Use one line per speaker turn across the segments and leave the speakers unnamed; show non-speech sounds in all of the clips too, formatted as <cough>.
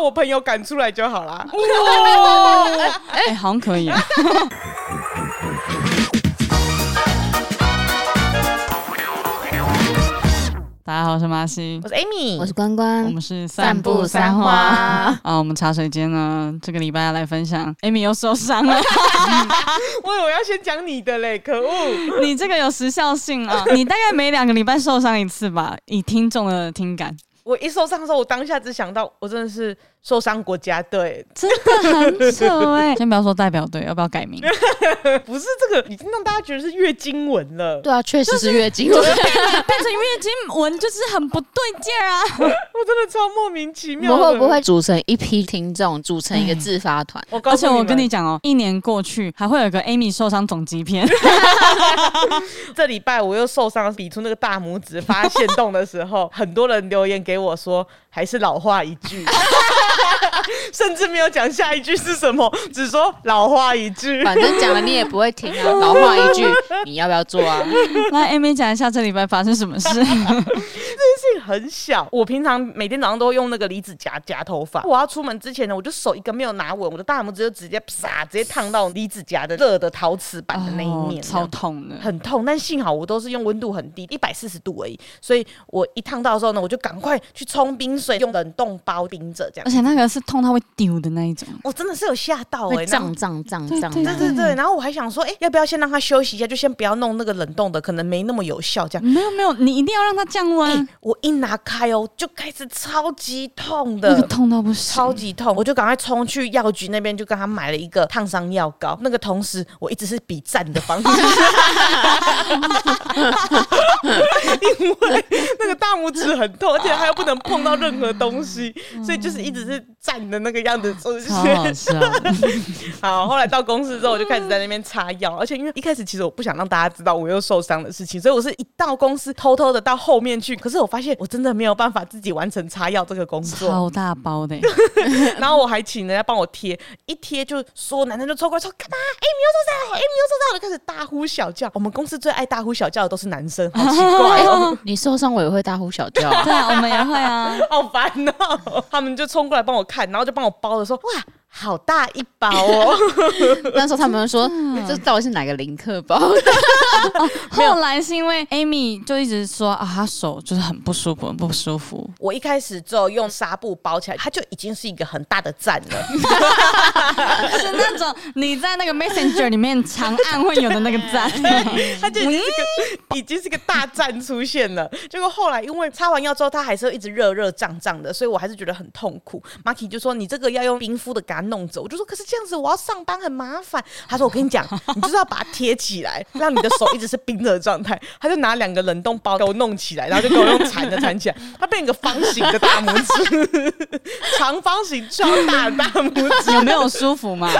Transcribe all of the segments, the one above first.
我朋友赶出来就好啦。 <laughs>
哦，哎、好像可以、
<laughs>
啊。大家好，我是马西，
我是 Amy，
我是关关，
我们是
嗯散步三花
<laughs>
啊、我们茶水间呢，这个礼拜要来分享，Amy 又受伤
<laughs>
了，
我以为要先讲你的嘞，可恶！
你这个有时效性啊，你大概每两个礼拜受伤一次吧，以听众的听感，
我一受伤的时候，我当下只想到我真的是受伤国家队，
真的很久
欸
哎、 <laughs> 先不要说代表队，要不要改名？
<laughs>
<laughs>
不是这个已经让大家觉得是月经文了。
对啊，确实是月经。
变成月经文就是很不对劲儿啊！
我真的超莫名其
我
妙
们
的。
会不会组成一批听众，组成一个自发团？
我告
而
诉
且
你们，
我跟你讲哦，一年过去还会有一个 Amy 受伤总集
<laughs>
篇，
这礼拜我又受伤，比出那个大拇指发现动的时 <laughs> 候，很多人留言给我说，还是老话一 <laughs> 句，甚至没有讲下一句是什么，只说老话一句。
反正讲了你也不会停
<laughs>
啊。老话一句，你要不要做啊？
来 Amy 讲一下这礼拜发生什么
<laughs>
事？
这个很小，我平常每天早上都会用那个离子夹夹头发。我要出门之前呢，我就手一个没有拿稳，我的大拇指就直接啪，直接烫到离子夹的热的陶瓷板的那一面，
哦超痛的。
很痛，但幸好我都是用温度很低，一百四十度而已，所以我一烫到的时候呢，我就赶快去冲冰水，用冷冻包冰着这样
而。且那个是痛到会丢的那一种，
我、哦真的是有吓到哎、
会
然后
胀胀胀
对
胀啊
对
对
胀。
对对，然后我还嗯想说，哎、要不要先让它休息一下，就先不要弄那个冷冻的，可能没那么有效这样。
没有没有，你一定要让它降温，
哎我一拿开哦，就开始超级痛
那个
的。
痛到不行。
超级痛，我就赶快冲去药局那边，就跟他买了一个烫伤药膏。那个同时，我一直是比赞的方式，因为那个大拇指很痛，而且它又不能碰到任何东西，所以就是一直是站的那个样子。就是
超好笑，
<laughs> 好，后来到公司之后，我就开始在那边擦药，而且因为一开始其实我不想让大家知道我又受伤的事情，所以我是一到公司偷偷的到后面去。可是我发现我真的没有办法自己完成擦药这个工作，
超大
<laughs>
包的、
然后我还请人家帮我贴，一贴就说男生就凑过来说干嘛？哎、你又受伤了，哎、你又受伤了，就开始大呼小叫。我们公司最爱大呼小叫的都是男生，好奇怪哦。
哎 <laughs> 你受伤我也会大呼小叫
<laughs>
啊。
对啊，我们也会啊。
好烦哦、他们就冲过来帮我看，然后就帮我包了，说哇，好大一包哦。
那时候他们说，
啊
这到底是哪个林克包？
后来是因为 Amy 就一直说啊，她手就是很不舒服，很不舒服。
我一开始只有用纱布包起来，它就已经是一个很大的赞了。
是那种你在那个 Messenger 里面长按会有的那个
<laughs>
赞，
它就已经是个 <laughs> 已经是个大战出现了。结果后来因为擦完药之后，它还是会一直热热胀胀的，所以我还是觉得很痛苦。Marky 就说：“你这个要用冰敷的给它弄走。”我就说：“可是这样子我要上班很麻烦。”他说：“我跟你讲，你就是要把它贴起来，让你的手一直是冰的状态。”他就拿两个冷冻包给我弄起来，然后就给我用缠的缠起来，它变成一个方形的大拇指， <laughs> 长方形超大的大拇指。
有没有舒服
<laughs>
嘛？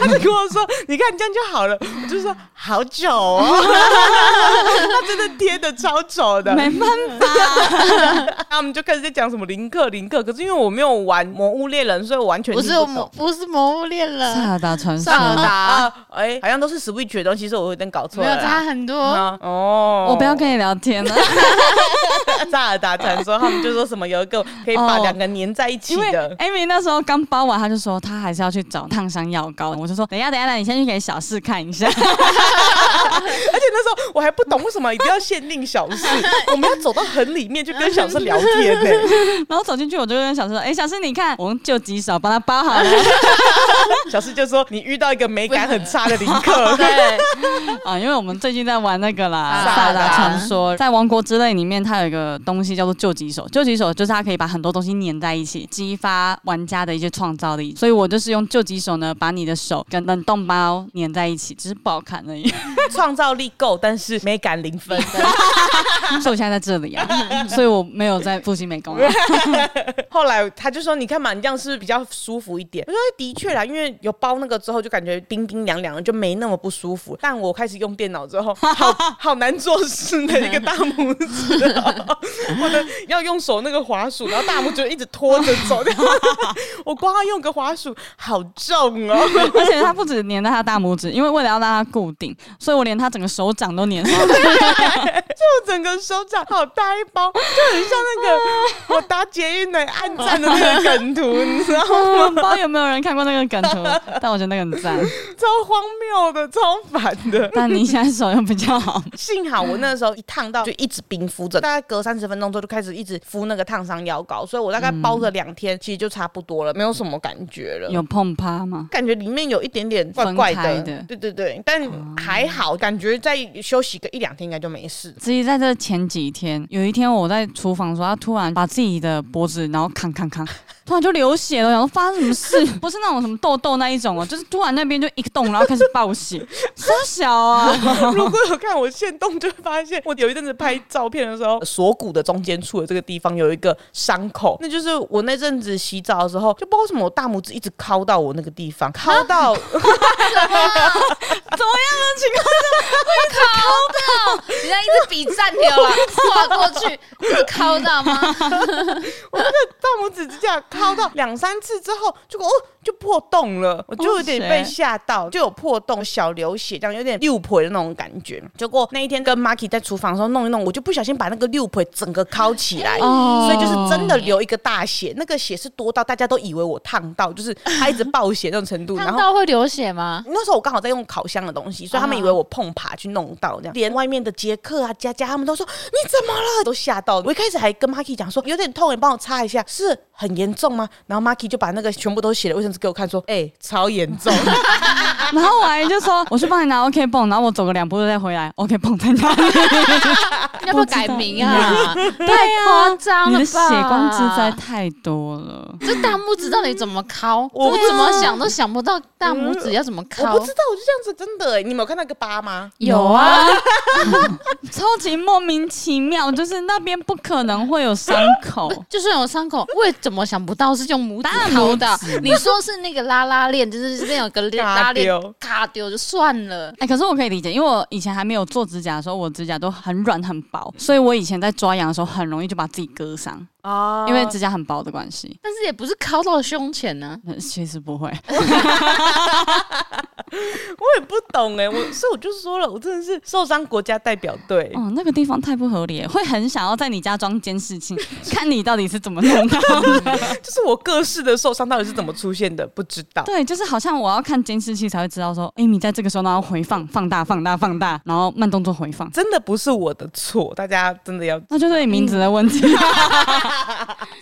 他就跟我说：“你看这样就好了。”我就说：“好久哦。”他真的贴的超丑的。
没办法，
他们就开始在讲什么林克林克，可是因为我没有玩《魔物猎人》，所以我完全
<laughs> 不
听
是
不
魔
懂，
不是魔物猎
萨
人，
尔达传说。
萨尔达。
啊。哎、好像都是 Switch 的东西，所以我有点搞错
没
了啦。
有差很多，
啊哦，
我不要跟你聊天了，
萨尔达传说，他们就说什么有一个可以把
哦
两个粘在一起
因为
的。
Amy 那时候刚包完，她就说她还是要去找烫伤药膏。我就说等一下，等一下，你先去给小四看一下。
而且那时候我还不懂为什么一定要限定小事，我们要走到很里面去跟小事聊天呢、
然后走进去，我就跟小四说：“哎、小四，你看，我用救急手帮他包好了。
小四就说：“你遇到一个美感很差的林克。”
<laughs> 对，”
啊，因为我们最近在玩那个啦，《
萨
萨
尔
尔达
达
传说》在《王国之泪》里面，它有一个东西叫做救急手。救急手就是它可以把很多东西粘在一起，激发玩家的一些创造力。所以我就是用救急手呢，把你的手跟冷冻包粘在一起，只是不好看而已。
<laughs> 创造力够，但是美感零 <laughs> 分。
所以我现在在这里啊，所以我没有在复兴美工、啊。
后来他就说：“你看嘛，你这样是不是比较舒服一点？”我说的确啦，因为有包那个之后，就感觉冰冰凉凉的，就没那么不舒服。但我开始用电脑之 <laughs> 后，好好难做事的一个大拇指 <laughs> 哦、我的要用手那个滑鼠，然后大拇指就一直拖着走。 <laughs> 我光要用个滑鼠，好重哦。 <laughs>
而且它不止粘在他大拇指，因为为了要让它固定，所以我连他整个手掌都粘上。
就整个手掌好大一包，就很像那个 <laughs> 我打捷运的暗战的那个梗图，你知道吗？
我不知道有没有人看过那个梗图，但我觉得那个很赞。
超荒谬的，超烦的。
但你现在手又比较好，
<laughs> 幸好我那时候一烫到就一直冰敷着，大概隔三十分钟之后就开始一直敷那个烫伤药膏，所以我大概包了两天，其实就差不多了，没有什么感觉了。
有碰趴吗？
感觉里面有一点点怪怪
分开
的，
的
对对对，但还好，感觉再休息个一两天应该就没事。
其实在这前几天，有一天我在厨房的时候，他突然把自己的脖子，然后扛扛扛，突然就流血了，然后发生什么事？不是那种什么痘痘那一种哦，就是突然那边就一个洞，然后开始爆血，傻小啊！
<laughs> 如果有看我现动，就会发现我有一阵子拍照片的时候， <laughs> 锁骨的中间处的这个地方有一个伤口，那就是我那阵子洗澡的时候，就不知道为什么我大拇指一直敲到我那个地方，敲到
怎么样啊的情况？
靠到，人家一直比赞流了，跨过去，不是靠到吗？
大拇指指甲敲
<laughs>
到两三次之后，结果哦就破洞了，
哦
我就有点被吓到，就有破洞、小流血，这样有点六婆的那种感觉。结果那一天跟 Marky 在厨房的时候弄一弄，我就不小心把那个六婆整个敲起来，
哦
所以就是真的流一个大血，那个血是多到大家都以为我烫到，就是它一直爆血那种程度，然
烫
后。
到会流血吗？
那时候我刚好在用烤箱的东西，所以他们以为我碰爬去弄到这样，连外面的杰克啊、佳佳他们都说你怎么了，都吓到。我一开始还跟 Marky 讲说有点痛，你帮我擦一下，是很严重吗？然后 Marky 就把那个全部都写了卫生纸给我看，说哎、超严重，
<laughs> 然后我还就说，我去帮你拿 OK 泵，然后我走个两步就再回来，OK 泵在哪里？
要不要改名
<laughs>
啊？
对
太夸张
你
了
的
吧！
血光之灾太多了。
这大拇指到底怎么敲？
我
我
不
怎么想都想不到大拇指要怎么
我
敲。
不知道，我就这样子，真的、哎，你们有看到一个疤吗？
有啊，
超级莫名其妙，就是那边不可能会有伤口。
就算有伤口，我也怎么想不到是用拇指敲的？你说是那个拉拉链，就是那有个链
卡
拉链
丢
卡丢就算了。
<laughs> 哎、可是我可以理解，因为我以前还没有做指甲的时候，我指甲都很软很薄，所以我以前在抓痒的时候很容易就把自己割伤，
啊
因为指甲很薄的关系。
但是也不是敲到胸前啊呢、
呃其实不会，
我也不懂哎、我所以我就说了，我真的是受伤国家代表队。
哦，那个地方太不合理了，会很想要在你家装监视器， <laughs> 看你到底是怎么弄到的。
就是我各式的受伤到底是怎么出现的，不知道。
对，就是好像我要看监视器才会知道说，哎、你在这个时候然后回放、放大、放大、放大，然后慢动作回放，
真的不是我的错，大家真的要
那就是你名字的问题。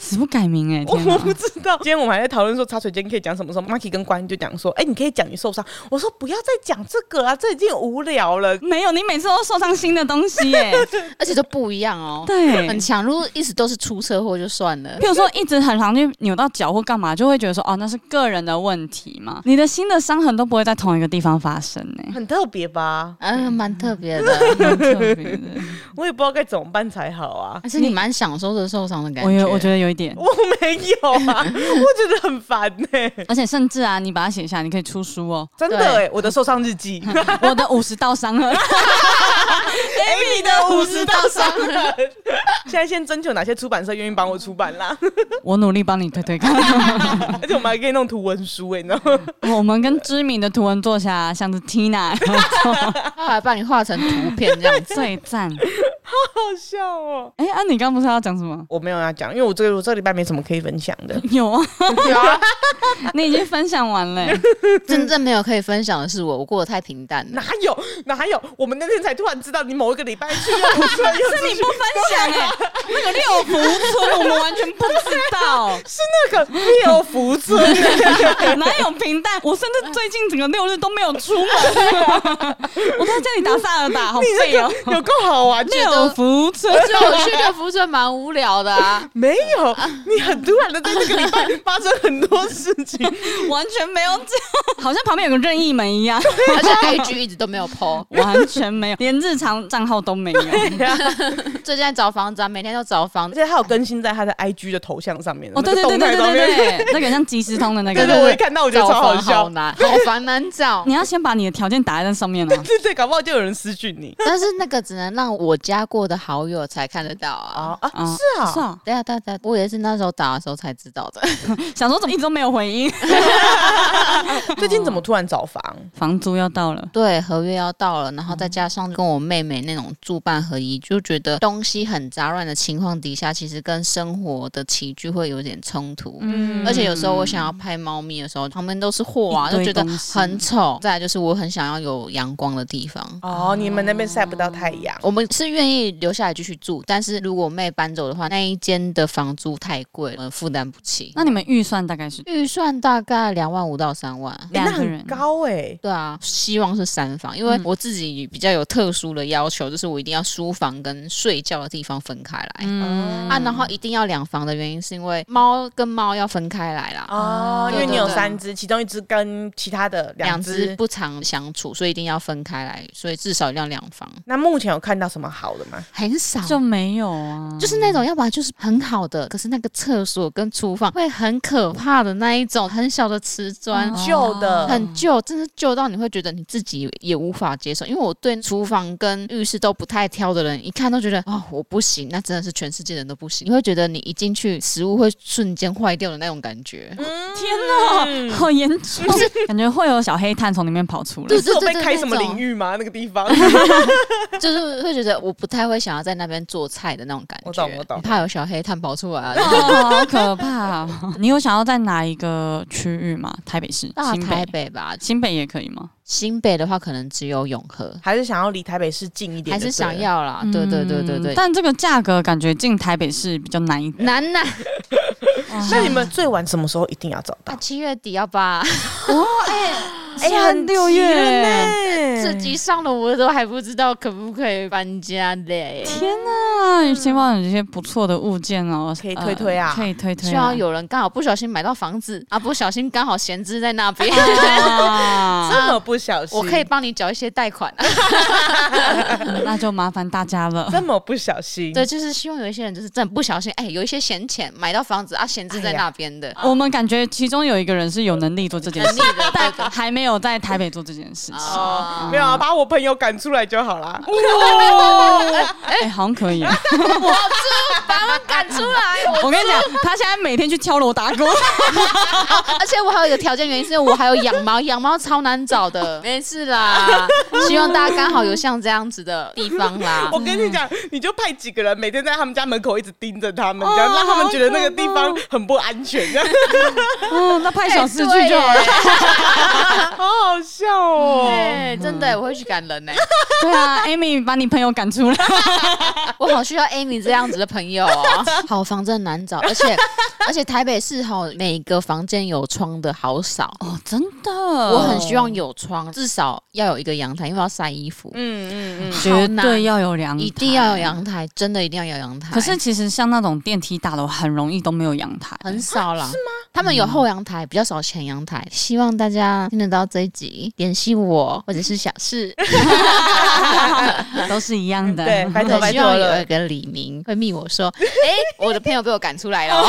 死不改名哎、
我
天
我
哪！
不知道，今天我们还在讨论说茶水间可以讲什么时候，Marky 跟关就讲说，哎、你可以讲你受伤。我说不要再讲这个啊，这已经无聊了。
没有，你每次都受伤新的东西耶、
而且都不一样哦。
对，
很强。如果一直都是出车祸就算了，
譬如说一直很常去扭到脚或干嘛，就会觉得说哦，那是个人的问题嘛。你的新的伤痕都不会在同一个地方发生呢、
<laughs> 很特别吧？
啊，蛮特别的。
蛮特别的
我也不知道该怎么办才好 <laughs> 啊。
还是你蛮享受着受伤的感
我
觉。
有，我觉得有一点，
我没有啊，我觉得很烦呢、
而且甚至啊，你把它写下，你可以出书哦。
真的哎、我的受伤日记
我的五十道伤痕，
<laughs> ，Amy 的五十道伤痕。 <laughs> 现在先征求哪些出版社愿意帮我出版 <laughs> 啦，
我努力帮你推推看。
而且我们还可以弄图文书哎、你知道吗？
我们跟知名的图文作家，像是 Tina，
得他还把你画成图片
<laughs>
这样子。
最赞。
好笑哦。
哎、啊，你刚不是要讲什么？
我没有要讲，因为我这个我这个礼拜没什么可以分享 <laughs> 的。
有啊，你已经分享完了、
真正没有可以分享的是我，我过得太平淡了。
哪有哪有？我们那天才突然知道你某一个礼拜去了，是 <laughs>
是 <laughs> 你不分享哎、那个六福村我们完全不知道，
是那个六福村、 <laughs>
哪有平淡？我甚至最近整个六日都没有出门，我都在家里打萨尔达，好
你那
废哦、
个有够好玩，就
六福村，
<laughs> 就我去的福村蛮无聊的啊，
没有，你很突然的在这个礼拜发生很多事情，
完全没有讲，好像旁边有个任意你们一样，
而且 IG 一直都没有 PO。
完全没有，连日常账号都没有。
最近在找房子啊，每天都找房
<laughs> 而
子。
且他有更新在他的 IG 的头像上面的
哦，
那
对
个
对
动态
对对对
上面
对对，那个很像即时通的
<laughs>
那
对
个。
对，我一看到我觉得
找
超好
房好
笑，
<laughs> 难，好烦难找
你。要先把你的条件打在那上面啊。
对对，搞不好就有人私讯你
但是那个只能让我加过的好友才看得到
<laughs> 啊
啊。
啊，
啊
是啊，
是啊，
对啊，对啊对啊，我也是那时候打的时候才知道的。
想说怎么一直都没有回音？
最近怎么突然找房？
房租要到了，
对，合约要到了，然后再加上跟我妹妹那种住办合一，就觉得东西很杂乱的情况底下，其实跟生活的起居会有点冲突。
嗯
而且有时候我想要拍猫咪的时候，旁边都是货啊，
一
就
堆
觉得
东西
很丑。再来就是我很想要有阳光的地方。
哦，你们那边晒不到太阳，
我们是愿意留下来继续住，但是如果我妹搬走的话，那一间的房租太贵，呃，负担不起。
那你们预算大概是
预算大概两万五到三万。
诶那
两个
很
人？
高哎，
对啊，希望是三房，因为
嗯
我自己比较有特殊的要求，就是我一定要书房跟睡觉的地方分开来、
嗯
啊，然后一定要两房的原因是因为猫跟猫要分开来啦，
哦，因为
对
你有
对对
三只，其中一只跟其他的
两
两
只
只。
不常相处，所以一定要分开来，所以至少一定要两房，
那目前有看到什么好的吗？
很少。
就没有啊，
就是那种，要不然就是很好的，可是那个厕所跟厨房会很可怕的那一种，很小的瓷砖，
旧的
哦很旧，真的旧到你会觉得你自己也无法接受。因为我对厨房跟浴室都不太挑的人，一看都觉得哦，我不行，那真的是全世界人都不行。你会觉得你一进去，食物会瞬间坏掉的那种感觉。
嗯
天哪，好严重， <laughs> 感觉会有小黑炭从里面跑出来
对。
是有被
对对
开
那
什么
种
<laughs> 领域吗？那个地
<laughs>
方
就是会觉得我不太会想要在那边做菜的那种感觉。
我懂我懂
怕有小黑炭跑出来
<laughs>
啊。
哦， <laughs> 好可怕哦！你有想要在哪一个区域吗？台北市、
大
新
啊台
北、
北吧，
新北也可以吗？
新北的话可能只有永和，
还是想要离台北市近一点，
还是想。要啦。对对对对对
嗯，但这个价格感觉进台北市比较难一点。
<laughs> 难呐、
那你们最晚什么时候一定要找
嗯啊
到？
七月底要吧？
哎呀，很
六
急
月
了呢
这集上了，我都还不知道可不可以搬家嘞。
天哪，希望有一些不错的物件哦，
可以推推啊
呃可以推推啊，
希望有人刚好不小心买到房子啊，不小心刚好闲置在那 <laughs> 边，哦
啊。
这么不小心，
我可以帮你缴一些贷款、
那就麻烦大家了。
这么不小心。
<laughs> 对，就是希望有一些人就是真的不小心，哎，有一些闲钱买到房子啊，闲置在那边的。
我们感觉其中有一个人是有能力做这件事，但还没有在台北做这件事情。
哦，没有啊，把我朋友赶出来就好
<laughs>
啦。
哎，好像可以。
把他们赶出来， <laughs>
我跟你讲，他现在每天去敲锣打鼓。
而且我还有一个条件原因，是因为我还有养猫，养猫超难找的。 <laughs> 没事啦，希望大家刚好有像这样子的地方啦
我。跟你讲，你就派几个人每天在他们家门口一直盯着他们，这
哦
样让他们觉得那个地方很不安全，这样
<laughs>
<laughs>
嗯，那派小四
哎
去就
<laughs>
好了。。
好好笑哦。
对耶，真的耶，我会去赶人呢。
对啊，Amy 把你朋友赶出来。
<laughs> 我好需要 Amy 这样子的朋
<laughs>
友哦。好房真的难找，而且 <laughs> 而且台北市哈，每个房间有窗的好少。
哦，真的，
我
我
很希望有窗，至少要有一个阳台，因为我要晒衣服，
嗯嗯嗯，
绝对要有阳台，
一定要有。阳台，真的一定要有阳台。
可是其实像那种电梯大楼，很容易都没有阳 <laughs> 台。
很少
啊
啦，是吗？他们有后阳台，比较少前阳台。希望大家听得到这一集，联系我或者是小 <laughs> 事，
都是一样的。 <laughs>
对，拜托
对
拜
希
托
望有一
了，
个李明会密我说，哎、我的朋友被我赶出来 <laughs> 了哦，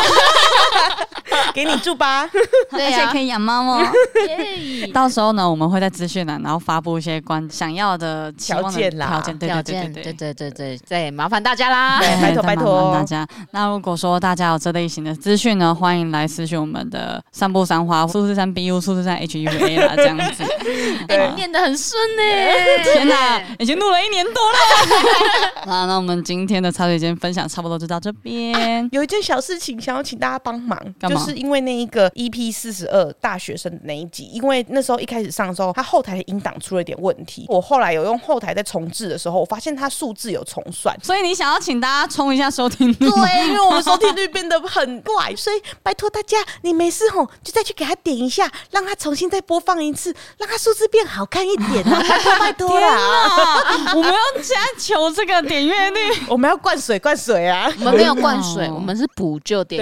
给你住吧。 <laughs>
对
而且
啊
可以养猫哦。 <laughs>
耶
到时候呢，我们会在资讯栏，然后发布一些关想要的期望的
条件啦
条件对对
条
对
件，
对
对
对。哎
对对对，再麻烦大家啦哎
对。拜托拜
再麻烦
托
大家。那如果说大家有这类型的资讯呢，欢迎来私讯我们的散步三花、数字三 BU、数字三 HUA 啦，这样子。
<laughs> 对
哎念得很顺呢，
<laughs> 天哪，已经录了一年多
<laughs>
了。那那我们今天的茶水间分享差不多就到这边。
有一件小事情想要请大家帮忙，
干
就
嘛。
是因为那一个 EP 四十二大学生的那一集，因为那时候一开始上的时候，它后台的音档出了一点问题，我后来有用后台在重置的时候，我发现它数字有重算
<laughs>
啊
所以你想要请大家冲一下收听率吗
对，因为我们收听率变得很怪，所以拜托大家，你没事吼，就再去给他点一下，让他重新再播放一次，让他数字变好看一点啊！拜托拜托啦，
啊，我们要加求这个点阅率。
我们要灌水灌水啊！
我们没有灌水，
哦
我们是补救点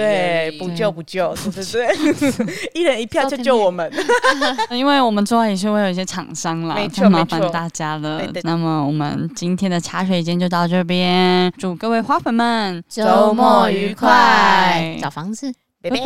对
阅率，
补救补救，对对
<laughs>
对， <laughs> 一人一票救救我们。 <laughs>
因为我们之后也是会有一些厂商啦
没，错
就麻
没错
烦大家了
对对。
那么我们今天的茶水间就到这边，祝各位花粉们
周末愉快
找房子。
拜拜。